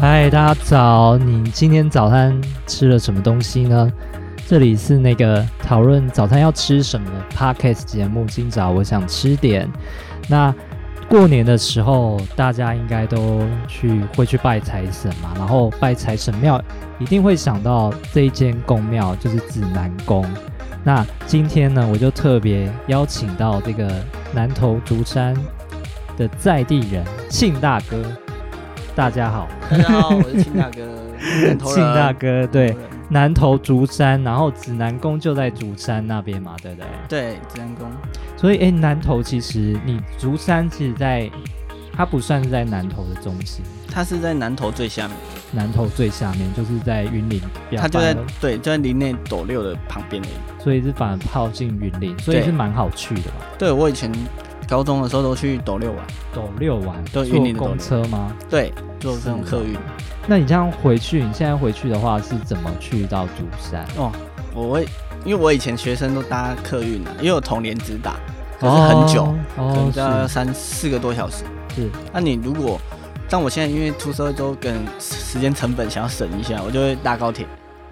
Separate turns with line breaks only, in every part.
嗨，大家早！你今天早餐吃了什么东西呢？这里是那个讨论早餐要吃什么的 podcast 节目。今早我想吃点。那过年的时候，大家应该都去会去拜财神嘛，然后拜财神庙一定会想到这一间宫庙，就是指南宫。那今天呢，我就特别邀请到这个南投竹山的在地人庆大哥，大家好。
大家好，我是庆大哥，南投人
庆大，哥，对
南，投人
南投竹山，然后指南宫就在竹山那边嘛，对不对？
对，指南宫，
所以，哎、南投其实你竹山其实在，它不算是在南投的中心，
他是在南投最下面，
南投最下面就是在云林，比较
他就在
半了
对，就在林内斗六的旁边而已。
所以是反而靠近云林，所以
对
是蛮好去的嘛。
对我以前高中的时候都去斗六玩，
走六玩，坐
对云林的斗
公
六
车吗？
对，坐这种客运。
那你这样回去，你现在回去的话是怎么去到竹山？
哦，我会，因为我以前学生都搭客运啊，因为我童年只打，可是很久，可能
哦，
就要三四个多小时。
是是，
那你如果，但我现在因为出社会之后，跟时间成本想要省一下，我就会搭高铁。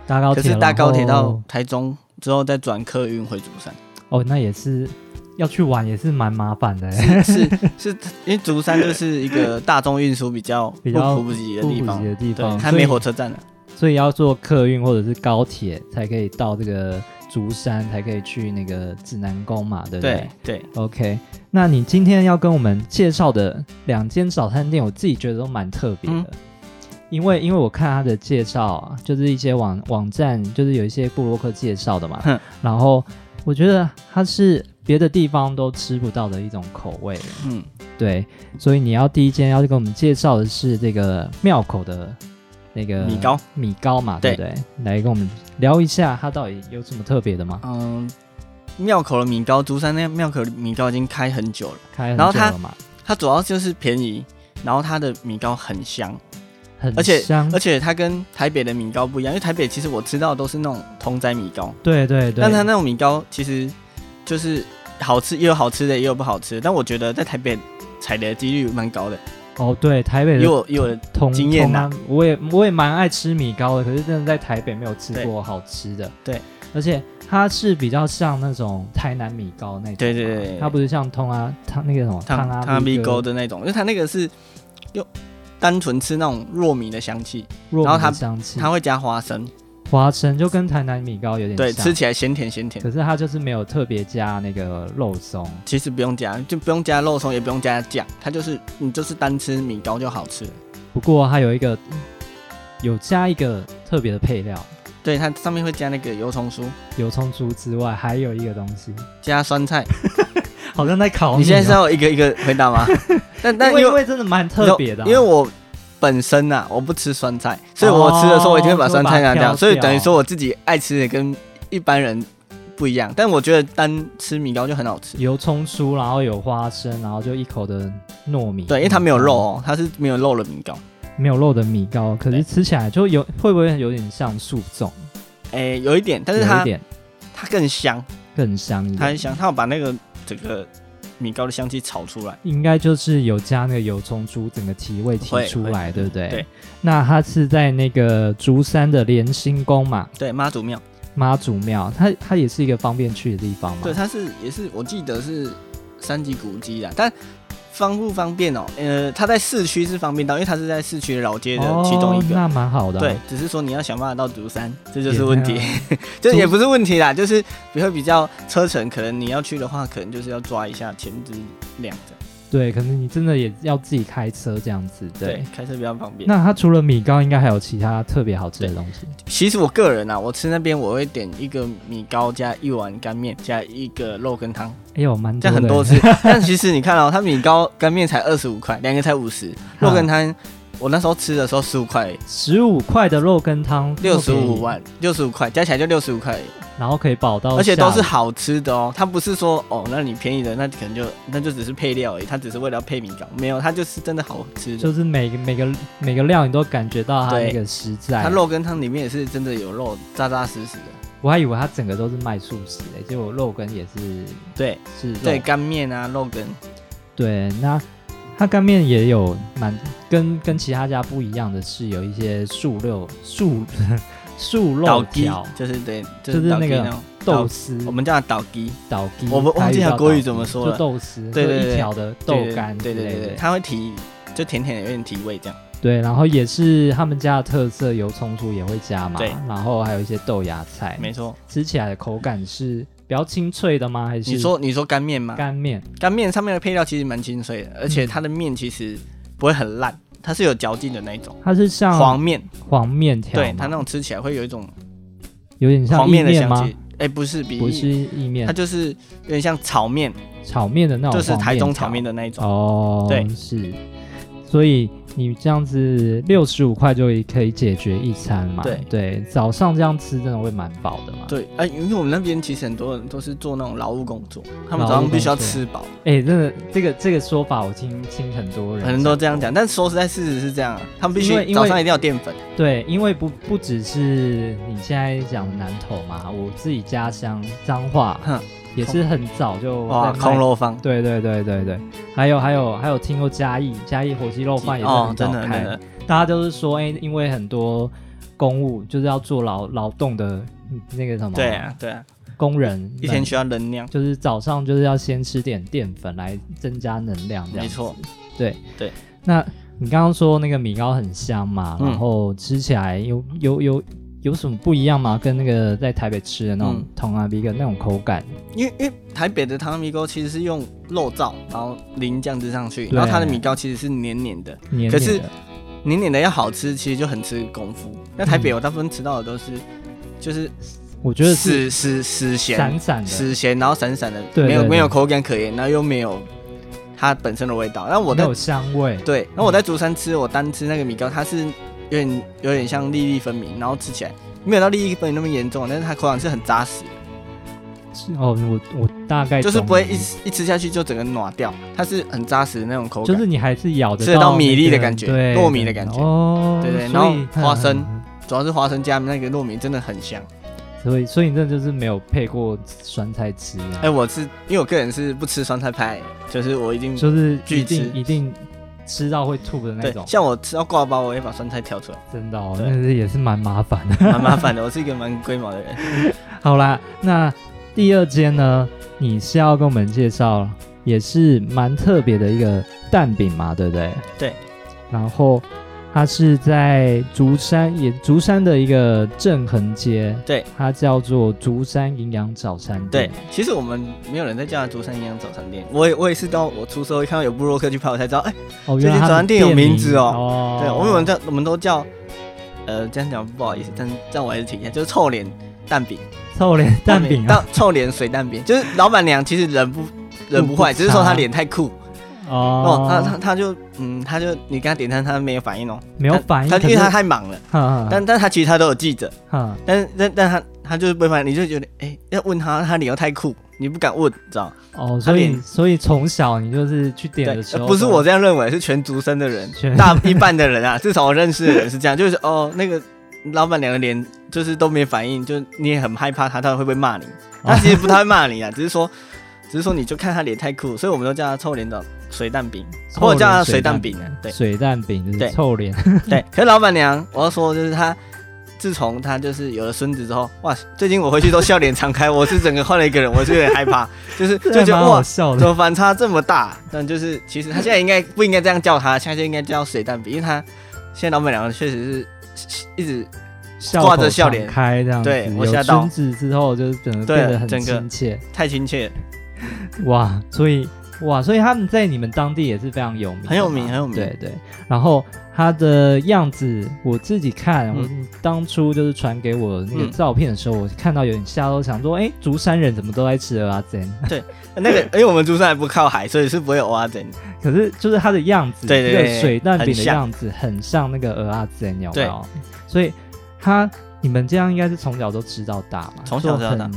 搭高
可
铁，
是搭高铁
然
到
后
台中之后，再转客运回竹山。
哦，那也是要去玩，也是蛮麻烦的。欸
是是，因为竹山就是 一个大众运输比较
比较
不普及的
不
地
普及
方，
的地
对，
方，
它
所以
没火车站了。
所以要坐客运或者是高铁才可以到这个竹山，才可以去那个指南宫嘛，对不对
对对，
o k 那你今天要跟我们介绍的两间早餐店，我自己觉得都蛮特别
嗯
的。因为因为我看他的介绍啊，就是一些网网站，就是有一些布洛克介绍的嘛
哼，
然后我觉得它是别的地方都吃不到的一种口味，
嗯，
对，所以你要第一间要跟我们介绍的是这个庙口的那个
米糕，
米糕嘛，对
对
不对？来跟我们聊一下，它到底有什么特别的吗？
嗯，庙口的米糕，竹山那个庙口的米糕已经开很久了，
开很
然后
久
它
了嘛，
它主要就是便宜，然后它的米糕很香，
很
而且呃
香
而，且它跟台北的米糕不一样，因为台北其实我吃到的都是那种通仔米糕，
对对对，
但它那种米糕其实就是好吃，也有好吃的，也有不好吃的，但我觉得在台北踩雷的几率蛮高的，
哦对，台北
以
的
我以我的
同
经验呐
同安我也我也蛮爱吃米糕的，可是真的在台北没有吃
对
过好吃的，
对，
而且它是比较像那种台南米糕那种嘛，
对对对对
它不是像通啊汤啊那个什么
汤
阿
汤米糕
哥
的那种，因为它那个是用单纯吃那种糯米的香气，
糯
然后
米
它
的香气，
它会加花生，
花生就跟台南米糕有点
对，
像啊
吃起来咸甜咸甜。
可是它就是没有特别加那个肉松，
其实不用加，就不用加肉松，也不用加酱，它就是你就是单吃米糕就好吃了。
不过它有一个有加一个特别的配料，
对，它上面会加那个油葱酥，
油葱酥之外，还有一个东 西，
加酸菜。
好像在烤
你现在是
哦
要一个一个 回答吗？但但
因为
因
因
为
为真的蛮特别的啊、
因为我本身呐、我不吃酸菜，所以我吃的时候我一定会把酸菜拿
哦就把它
掉，
挑
所以等于
掉
说我自己爱吃的跟一般人不一样。但我觉得单吃米糕就很好吃。
油葱酥，然后有花生，然后就一口的糯米，
对，因为它没有肉
嗯
哦，它是没有肉的米糕。
没有肉的米糕，可是
对
吃起来就有会不会有点像素粽，
哎、有一点，但是
有一
它
点
它更香，
更香一
它
点
很。香，它有把那个整个米糕的香气炒出来。
应该就是有加那个油葱酥，整个提味提
会
出
会
来，对不对？
对。
那它是在那个竹山的莲心宫嘛，
对，妈祖庙，
妈祖庙，它它也是一个方便去的地方嘛。
对，。它是也是我记得是三级古迹啦，但方不方便哦？呃，它在市区是方便到，因为它是在市区的老街的其中
哦
一，个。
那蛮好的啊、
对，只是说你要想办法到竹山，这就
也
是问题
没，
这也
竹
不是问题啦，就是比会比较车程，可能你要去的话，可能就是要抓一下前置量这样，
对，可能你真的也要自己开车这样子。对。
对，开车比较方便。
那它除了米糕，应该还有其他特别好吃的东西。
其实我个人啊，我吃那边我会点一个米糕加一碗干面加一个肉羹汤，
哎呦，蛮
这
多
样
的
很多次。 但其实你看哦，它米糕干面才二十五块，两个才五十，肉羹汤我那时候吃的时候十五块而已，
十五块的肉羹汤，
六十五
万，
万，六十五块加起来就六十五块而已，
然后可以饱到下午，
而且都是好吃的哦。它不是说哦，那你便宜的那可能就那就只是配料而已，它只是为了要配米糕，没有，它就是真的好吃的。
就是每个每个每个料你都感觉到它
对
那个实在。
它肉羹汤里面也是真的有肉，扎扎实实的。
我还以为它整个都是卖素食的，结果肉羹也是
对
是肉
对，干面啊，肉羹。
对。那它干面也有蛮跟跟其他家不一样的是，有一些素肉素 素
倒
肉
鸡
条，
就是对，
就是
倒
那
鸡
个嗯
种
豆丝
倒我们叫它倒鸡，
倒鸡，
我们忘记
台
它
叫
国语
倒
怎么
鸡
说
就
了
豆丝，
对
就
对
一
对
条的豆
对对
干之
对对
类
对对，
的，
它会提就甜甜的，有点提味这样。
对，然后也是他们家的特色，油葱酥也会加嘛
对，
然后还有一些豆芽菜，
没错，
吃起来的口感是比较清脆的吗？还是
你说你说干面吗？
干面？
干面上面的配料其实蛮清脆的，而且它的面其实不会很烂，它是有嚼劲的那一种。
它是像
黄面，
黄面条吗，
对它那种吃起来会有一种
有点像
黄
意
面的
面
香
吗
气？。哎、不是比
不是意面
它，就是有点像炒面，
炒面的那种，
就是台中炒面的那一种。
哦，
对
是，所以你这样子六十五块就可以解决一餐嘛？
对
早上这样吃真的会蛮饱的嘛？，
对，哎、因为我们那边其实很多人都是做那种劳务工作，他们
劳务
早上必须要
工作
吃饱，
哎、真的这个这个说法我听听很多人，
很多人都这样讲。但说实在，事实是这样啊，他们必
因为因为
须早上一定要淀粉。
对，因为不不只是你现在讲南投嘛，我自己家乡彰化
哼，
也是很早就
哇，
在卖
空。肉方，
对对对对对，还有还有还有听过嘉义嘉义火鸡肉饭也是
哦
很，早
真的真
开，
的，
大家都是说，哎、因为很多公务就是要做劳劳动的嗯那个什么，
对啊对啊，
工人们
一天需要能量，
就是早上就是要先吃点淀粉来增加能量，这样
没错。
对
对。
那你刚刚说那个米糕很香嘛，
嗯
然后吃起来有有有有什么不一样吗？跟那个在台北吃的那种
嗯
同阿 B 跟那种口感，
因为因为台北的汤米糕其实是用肉燥，然后淋酱汁上去，
对
然后它的米糕其实是黏黏的，
黏黏
可是
的
黏黏的要好吃，其实就很吃功夫。那
嗯
台北我大部分吃到的都是就是
我觉得是
死死死咸
闪闪的，
死咸，然后散散的，
对
没有
对
没有
对
口感可言，然后又没有它本身的味道。那我
没
在
有香味，
对，那我在竹山吃，我单吃那个米糕，它是有点有点像粒粒分明，然后吃起来没有到粒粒分明那么严重，但是它口感是很扎实的。
是哦，我我大概
就是
懂
不会
你
一吃一吃下去就整个暖掉，它是很扎实的那种口感。
就是你还是咬得
吃得到
那
米粒的
个
感觉
对，
糯米的感觉
哦，
对对
所
然后
以
花生，
嗯
主要是花生加那个糯米真的很香。
所以所以你这就是没有配过酸菜吃啊
哎、，我是因为我个人是不吃酸菜派，就是我已经
就是一
拒
定
吃
一定吃到会吐的那
嗯对，
种，
像我吃到挂包，我也把酸菜挑出来，
真的哦，
对
那是也是蛮麻烦的。
蛮麻烦的。我是一个蛮龟毛 的人。
好啦，那第二间呢，你是要跟我们介绍，也是蛮特别的一个蛋饼嘛，对不对？
对。
然后它是在竹山，也竹山的一个正横街，
对，
它叫做竹山营养早餐
对
店。，
其实我们没有人在叫它竹山营养早餐店，我也我也是到我出社会看到有布洛克去拍，我才知道，哎、
哦，
这
原来
间
它
早餐店有
的
名字哦
哦
对，我们叫我们都叫，呃，这样讲不好意思，但但我还是提一下，就是臭脸蛋饼。
臭脸蛋饼啊，
到臭脸水蛋饼，就是老板娘其实人不人不坏，
不
只是说她
差
脸太酷哦，她她
哦，
她就嗯，她就你跟她点餐，她没有反应哦，
没有反应，
她因
可
为
是啊
她太忙了，
哈
但但她其实她都有记着，
哈
但是但但她她就是不会反应，你就觉得哎、要问她，她脸又太酷，你不敢问，你知道吗？
哦，
她
所以
脸
所以从小你就是去点
对
的时，候，
不是我这样认为，是全竹生的人
全，
大一半的人啊，至少我认识的人是这样，就是哦那个。老板娘的脸就是都没反应，就你也很害怕她，她会不会骂你？
哦
他其实不太会骂你啊，只是说，只是说你就看他脸太酷，所以我们都叫他臭脸的水蛋饼，
臭
或者叫他
脸
水
水
蛋
蛋
饼啊。对
水蛋饼就
对
是臭脸，
对， 可是老板娘，我要说就是她，自从她就是有了孙子之后，哇，最近我回去都笑脸常开，我是整个换了一个人，我是有点害怕，就是就
这
觉
蛮
得哇
好，笑
怎
的。
么反差这么大？但就是其实他现在应该不应该这样叫他，现在就应该叫水蛋饼，因为他现在老板娘确实是一直
笑
挂着
口
笑
常
脸
开这样子，
对我吓
有
到
孙子之后就是整个
对
变得很
整个
亲切
太亲切了，
哇，所以哇，所以他们在你们当地也是非常有名的嘛，
很有名很有名
对对，然后它的样子我自己看，我当初就是传给我那个
嗯
照片的时候，我看到有点吓到，想说，哎，竹山人怎么都在吃啊蚵仔煎？
那个，哎因为我们珠山还不靠海，所以是不会有蛙针。
可是就是它的样子，
对对对
这个水蛋饼
很
的
像
样子很像那个鹅阿煎，有没有？所以它你们这样应该是从小都吃到大嘛，
从小吃到大
就很，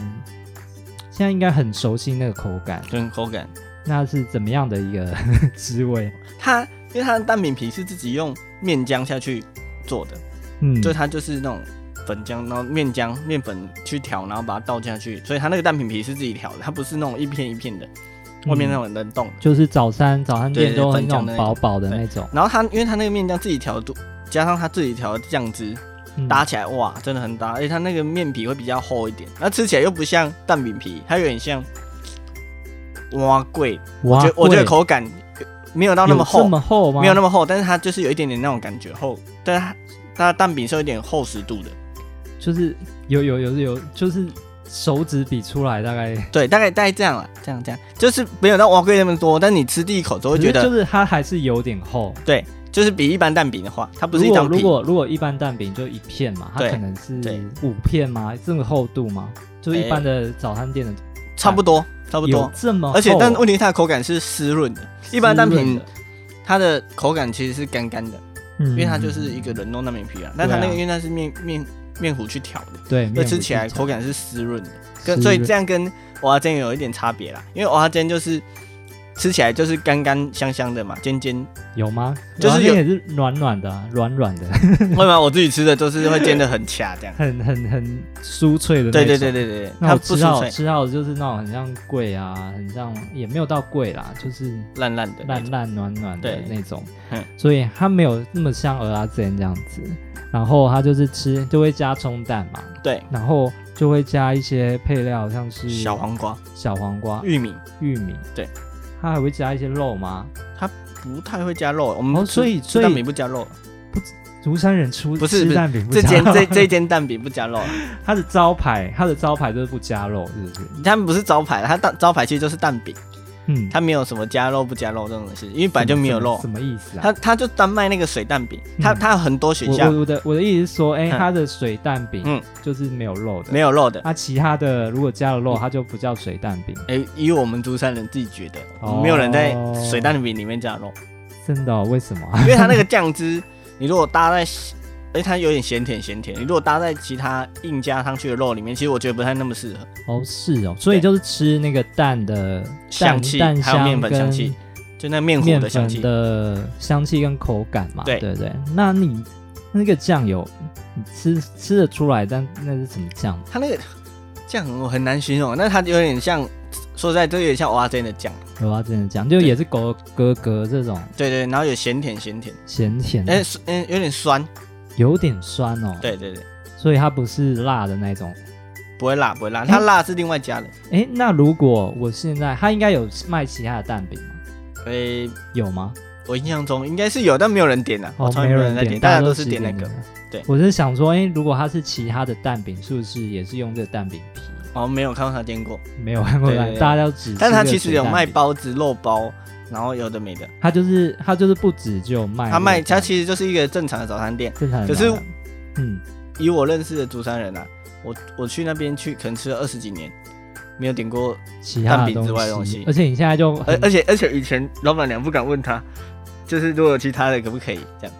现在应该很熟悉那个口感，
跟口感。
那是怎么样的一个 滋味？
它因为它的蛋饼皮是自己用面浆下去做的，
嗯，
就它就是那种粉浆，然后面浆面粉去调，然后把它倒下去，所以它那个蛋饼皮是自己调的，它不是那种一片一片的，外面那种冷冻的。
就是早餐早餐店
对
都会
粉
那
浆
种
的那
薄
种
薄的那种，
然后他因为他那个面酱自己调度，加上他自己调的酱汁，
嗯
搭起来哇，真的很搭。而且它那个面皮会比较厚一点，那吃起来又不像蛋饼皮，它有点像蛙桂。
哇
我觉得我觉得
贵
口感没有到那么
有
厚
这，么厚吗？
没有那
么
么厚，但是它就是有一点点那种感觉厚，但是它它的蛋饼是有一点厚实度的。
就是有有有有就是手指比出来大概，
对，大概大概这样了，这样这样，就是没有到蛙桂那么多，但你吃第一口之后会
可
觉
是
得，
就是它还是有点厚。
对，就是比一般蛋饼的话，它不是
如
一
果
张
如
皮，
果如果一般蛋饼就一片嘛，它
对
可能是
对哎
五片吗？这个厚度吗？就是一般的早餐店的
差不多差不
哎有
多。
这么厚，
而且，但问题它的口感是湿润的，一般蛋
湿润
饼
的，
它的口感其实是干干的，
因
因为它
嗯
就是一个冷冻蛋饼皮啊。但它那个因为它是面面面糊去调的，
对，
所
面
以吃
糊
起
是
来
这
口
样
感是湿润的，
湿
跟所以
润
这样跟蚵仔煎有一点差别啦。因为蚵仔煎就是吃起来就是干干香香的嘛，尖 尖。
有吗？
就是
有
有
也是软软的啊，软软的，。
会吗？我自己吃的都是会煎的很恰这 样
很很很酥脆的那种。
对对对对对，对
那
它
我
不
吃
酥
到
脆，
吃到的就是那种很像贵啊，很像也没有到贵啦，就是
烂烂的那
烂
种。
烂暖暖的
对
那种
嗯，
所以它没有那么像鹅阿煎这样子。然后它就是吃就会加葱蛋嘛，
对，
然后就会加一些配料，像是啊
小黄瓜、
小黄瓜、
玉米，
玉米，
对，
它还会加一些肉吗？
不太会加肉。我
哦
们
所以
吃吃
所以
蛋饼不加肉，
竹山人出
不是
吃
不是
蛋饼不
这
加
间
肉，
这这间蛋饼不加肉，
它的招牌，它的招牌就是不加肉，是不是？
他们不是招牌，它蛋招牌其实就是蛋饼，
嗯，
它没有什么加肉不加肉这种东西，因为本来就没有肉
什，么什么意思啊？
它它就单卖那个水蛋饼，它
嗯
它有很多选
我
项
我我的我的意思是说，哎、
嗯
它的水蛋饼，嗯
嗯，
就是没有肉的，
没
有。
有肉的。
它其他的如果加了肉，它就不叫水蛋饼，
哎，以我们竹山人自己觉得
哦，
没有人在水蛋饼里面加肉，
真的、哦？为什么啊？
因为它那个酱汁，你如果搭在，哎，它有点咸甜咸甜，你如果搭在其他硬加上去的肉里面，其实我觉得不太那么适合。
哦，是哦，所以就是吃那个蛋的
香气
蛋蛋
还有
香
面粉香气，就那面
跟
糊
面
的香
粉
气，
的香气跟口感嘛，
对
对对。那你那个酱油，你吃吃得出来，但那是什么酱？
它那个酱我很难形容，那它有点像，说实在，这有点像蚵仔煎的酱，
有啊，真的酱，就
对
也是狗格格这种
对对，然后有咸甜咸甜，
咸甜的，
哎，嗯，有点酸，
有点酸哦。，
对对对，
所以它不是辣的那种。
不会辣不会辣，
嗯
它辣是另外加的，
哎，那如果我现在，它应该有卖其他的蛋饼吗？
哎，
有吗？
我印象中应该是有，但没有人点啊，我
哦，
从来
没
没
有
有
人
人在
点，
大家
都
都
是
是点那
这
个，对
我是想说，哎，如果它是其他的蛋饼，是不是也是用这个蛋饼皮？
哦，没有看 到他点过，
没有看过
对
蛋
对，对
大家都只。
但它其实有卖，包子、肉包，然后有的没的，
它就是它就是不止就卖
他卖
肉蛋
它其实就是一个正常的早餐店，
正常的
可是
老板，嗯，
以我认识的竹山人啊，我我去那边去可能吃了二十几年，没有点过
其他
蛋
的
饼之外的
东
东
西
西，
而且你现在就
而
很
而且而且以前老板娘不敢问他，就是如果有其他的可不可以这样，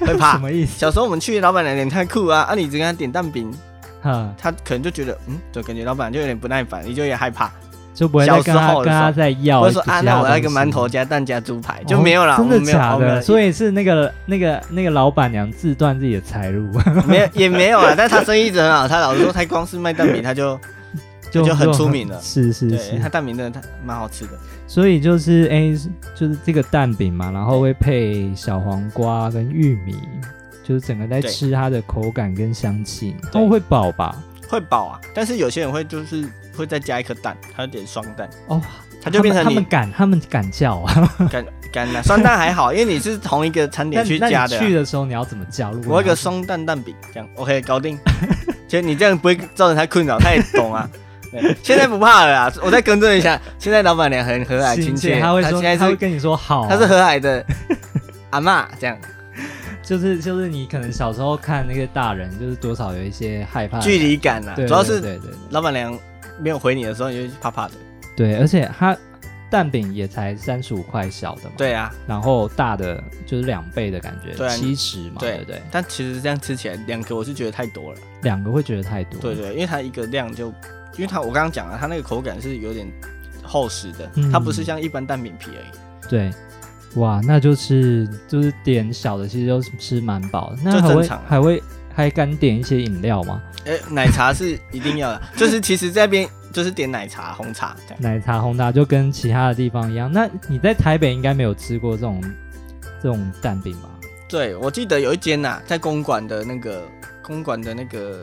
会
什
怕。
么意思？
小时候我们去老板娘点太酷啊，啊你只跟他点蛋饼，
哈，
他可能就觉得嗯，就感觉老板就有点不耐烦，你就有点害怕，
就不会再跟
小时
他
候
跟
的时候
他再要
或
一些
者说
其他
啊
的东西。
那我要一个馒头加蛋加猪排就
哦
没有了，我
真的
们没有
假
我们没
的？
有
所以是那个那个那个老板娘自断自己的财路，
没有也没有啊，但他生意一直很好，他老实说，他光是卖蛋饼他就
就
就很出名了
是 是
对他
是，
蛋饼真的他蛮好吃的，
所以就是哎、就是这个蛋饼嘛，然后会配小黄瓜跟玉米，就是整个在
对
吃它的口感跟香气，它
对
会饱吧？
会饱啊，但是有些人会就是会再加一颗蛋，他就点双蛋，
哦，
他就变
他们
成
他
你
们敢他们敢叫啊？
干干了双蛋 还好，因为 你是同一个餐
那
点去加
那
的
你
啊、
去的时候你要怎么叫？如果
我有一
你要
个双蛋蛋饼，这样 OK 搞定。其实你这样不会造成他困扰，他也懂啊。对现在不怕了啦，我再更正一下，现在老板娘很和蔼亲切，
他会说
现在
他会
是
跟你说好，啊
她是和蔼的阿嬷这 样，
就是就是你可能小时候看那个大人，就是多少有一些害怕的
距离感啊，
对，
主要
对
是
对对对
老板娘没有回你的时候，你就怕怕的。
对，而且它蛋饼也才三十五块小的嘛，，
对啊，
然后大的就是两倍的感觉，
对啊
七十嘛，
对
对不对？
但其实这样吃起来，两个我是觉得太多了。
两个会觉得太多，
对，对，因为它一个量就，因为它我刚刚讲了，它那个口感是有点厚实的
嗯，
它不是像一般蛋饼皮而已。
对，哇，那就是就是点小的，其实都是吃蛮饱的，那
就
还
正
会
常啊
还会还敢点一些饮料吗？
呃哎、奶茶是一定要的，就是其实这边就是点奶茶、红茶这样。
奶茶红茶就跟其他的地方一样。那你在台北应该没有吃过这种这种蛋饼吧？
对，我记得有一间呐、在公馆的那个公馆的那个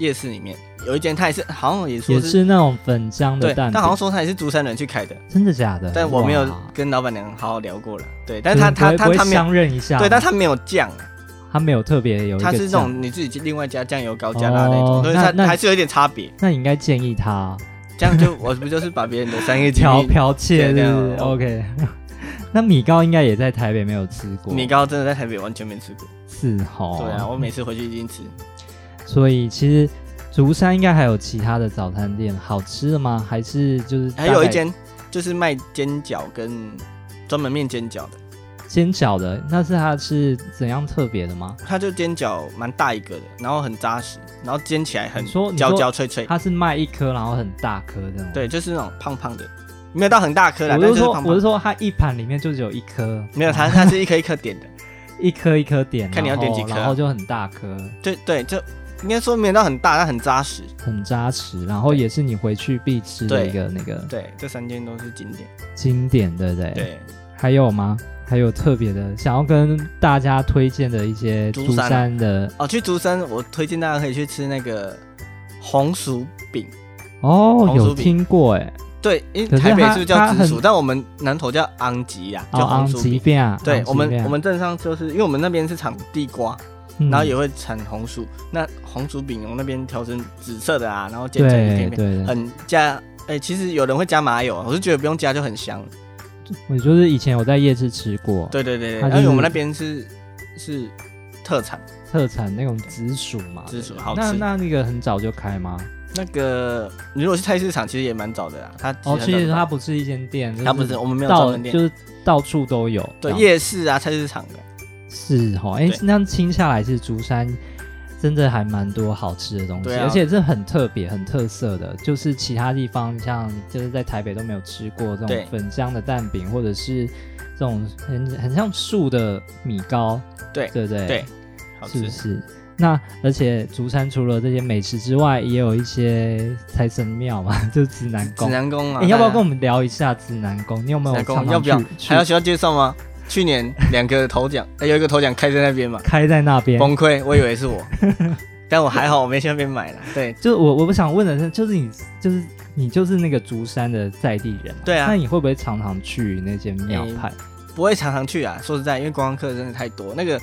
夜市里面，有一间，它也是好像也说
也
是
是那种粉浆的
对，
蛋
但
饼
好，像说它也是竹山人去开的，
真的假的？
但我没有
哇
跟老板娘好好聊过了。对，但是他他
嗯不会
他
不会
他没有，
相认一下吗，
对，但他没有酱，啊
他没有特别有一个
他是这
酱
种你自己另外加酱油膏加辣那种，
哦
所以
那
它
那
还是有一点差别。
那你应该建议他
这样就我不就是把别人的 商业机
剽
密？
剽窃，
对
对
啊
不对
我
？OK，那 米糕应该也在台北没有吃过，哦
米糕真的在台北完全没吃过。
是哈，
对啊，我每次回去一定吃。
所以其实竹山应该还有其他的早餐店好吃的吗？还是就是
还有
大
一
概
间就是卖煎饺跟专门面煎饺的，
煎饺的，那是它是怎样特别的吗？
它就煎饺蛮大一个的，然后很扎实，然后煎起来很
你说你说
焦焦脆脆。
它是卖一颗，然后很大颗这种。，
对，就是那种胖胖的，没有到很大颗啦，
我
但
是
就是
说
胖
我
胖
是
的。
说它一盘里面就只有一颗，
没有，它它是一颗一 颗点的，
一颗一颗点，
看你要
然后
点几颗啊
然后就很大颗，
对对，就应该说没有到很大，但很扎实。
很扎实，然后也是你回去必吃的
对
一个那个
对，这三间都是经典。
经典，对不对？。
对，
还有吗？还有特别的，想要跟大家推荐的一些
竹
竹
山啊
山的
哦，去竹山，我推荐大家可以去吃那个红薯饼。
哦，
红
有
薯饼
听过哎，
对，因
可
为
是
台北
它
是不是叫
它
紫
很
薯？但我们南投叫昂吉呀，
哦，
叫
昂
红薯
吉
饼。
变啊，
对
昂吉
我们
饼，
我们镇上就是因为我们那边是产地瓜，
嗯
然后也会产红薯。那红薯饼我们那边调成紫色的啊，然后
对
煎成一片片，
对对，
很加。哎、其实有人会加麻油，啊我是觉得不用加就很香。
我就是以前有在夜市吃过，
对对对
它
对，
就是
因为我们那边是是特产，
特产那种紫薯嘛，
紫薯好吃
那那那个很早就开吗？
那个你如果去菜市场，其实也蛮早的啦。它
哦，其实它
它
不是一间店，就
它不是我们没有专
到
门店
就，是到处都有，这
对
样
夜市啊、菜市场的。
是哈，哎
对，
那样听下来是竹山。真的还蛮多好吃的东西，
对啊
而且这很特别、很特色的，就是其他地方像就是在台北都没有吃过这
对
种粉浆的蛋饼，或者是这种很很像树的米糕，
对
对不对？
对好
是
吃
不，是？那而且竹山除了这些美食之外，也有一些财神庙嘛， 就是指南
指
宫。
南宫啊！
哎你要不要跟我
们
们聊一下指南宫？你有没有
指南宫
常常
要不要
去去
还要需要介绍吗？去年两个头奖， 哎有一个头奖开在那边嘛，
开在那边？
崩溃，我以为是我， 但我还好，我没去那边买了。对
就是我我不想问的是，就是你就是你就是那个竹山的在地人嘛，
对啊
那你会不会常常去那些庙
诶
派？
不会常常去啊，说实在，因为观光客真的太多。那个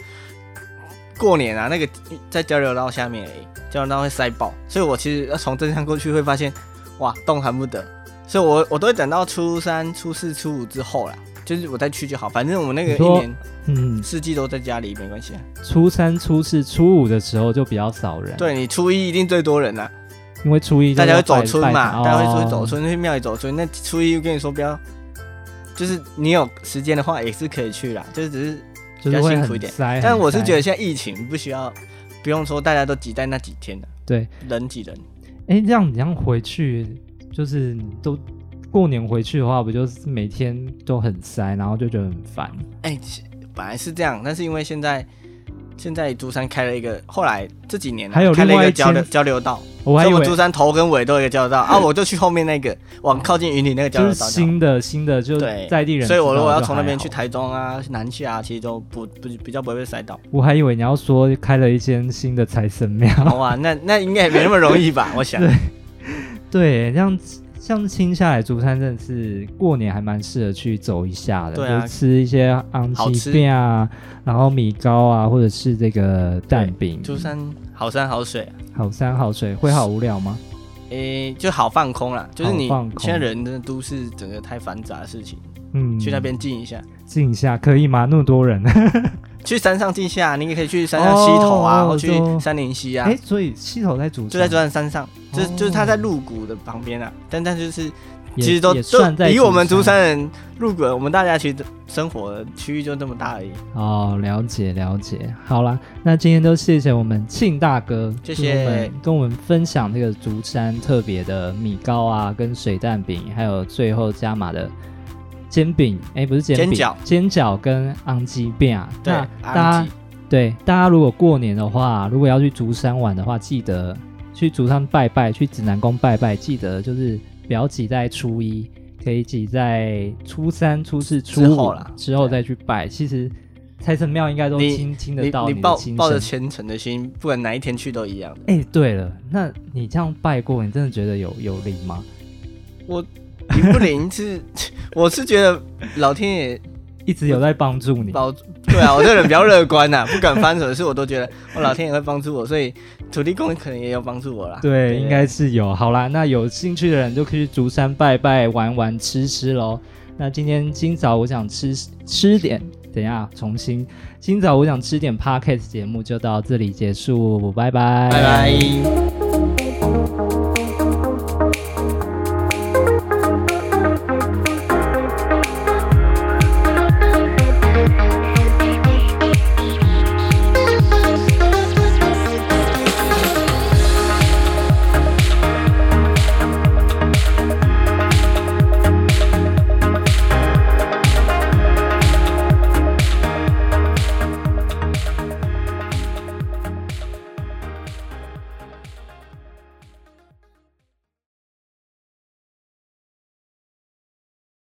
过年啊，那个在交流道下面而已，交流道会塞爆，所以我其实要从镇上过去会发现，哇，动弹不得。所以我我都会等到初三、初四、初五之后啦，就是我再去就好。反正我们那个
你
一
说
年
嗯，
四季都在家里，没关系啊。
初三、初四、初五的时候就比较少人，，
对你初一一定最多人啦、
因为初一就
大家
要
会走
拜
村
拜
嘛，大家会出去走
哦
村，去庙里走村。那初一我跟你说不要，就是你有时间的话也是可以去啦，就是只是，
就是
比较
会
辛苦
很
一点
塞。
但
很
我是
塞
觉得现在疫情不需要，不用说大家都挤在那几天了，
对，
人挤人。
哎、这样你这样回去，就是你都过年回去的话，不就是每天都很塞，然后就觉得很烦。
哎、其本来是这样，但是因为现在现在竹山开了一个，后来这几年啊、
还有
开了
另
一
外
个
一间
交流交流道，
我
所
还
以
以为
我们竹山头跟尾都有一个交流道啊，我就去后面那个往靠近云林那个交
就
流
是
道就好。
新的新的，就是
对
在地人。
所以我如果要从那边去，台中啊、南下啊，其实都不不比较不会被塞到。
我还以为你要说开了一间新的财神庙。
好啊，那那应该也没那么容易吧？我想
对，对，这样像清下来，竹山真的是过年还蛮适合去走一下的，
对啊
就是吃一些昂
好
吉
吃
面啊，然后米糕啊，或者是这个蛋饼。
竹山好山好水、啊，
好山好水，会好无聊吗？
诶、就好放空啦。就是你
好放空
现在人真的都市整个太繁杂的事情，
嗯，
去那边静一下，
静一下可以吗？那么多人。
去山上静一下，你也可以去山上溪头啊，
哦
或去
就
山林溪啊
哎、，所以溪头在竹山，
就在竹山山上，就是
哦
就是它在鹿谷的旁边啊，但但就是
也
其实都
也
都
算在
以我们
竹
竹山人鹿谷，我们大家其实生活的区域就这么大而已。
哦，了解了解。好啦，那今天都谢谢我们庆大哥，
谢
跟我们
谢
跟我们分享这个竹山特别的米糕啊，跟水蛋饼，还有最后加码的。煎饼，哎、不是煎饼，
煎饺
煎饺跟昂吉饼啊。
对
那，
阿
大家
姆吉
对大家如果过年的话，如果要去竹山玩的话，记得去竹山拜拜，去指南宫拜拜，记得就是不要挤在初一，可以挤在初三、初四、初
之
五
后啦
之后再去拜。其实财神庙应该都
你
听听得
你
到
你
的
抱
心
抱着
声。
虔诚的心，不管哪一天去都一样的。
哎、对了，那你这样拜过，你真的觉得有有灵吗？
灵不灵是， 我是觉得老天爷
一直有在帮助你，
保，对啊，我这个人比较乐观呐、不管发生什么事，我都觉得我老天爷会帮助我，所以土地公可能也有帮助我啦。
对，应该是有。好啦，那有兴趣的人就可以去竹山拜拜、玩玩、吃吃喽。那今天今早我想吃吃点，等一下重新。今早我想吃点 podcast 节目就到这里结束，拜拜，
拜拜。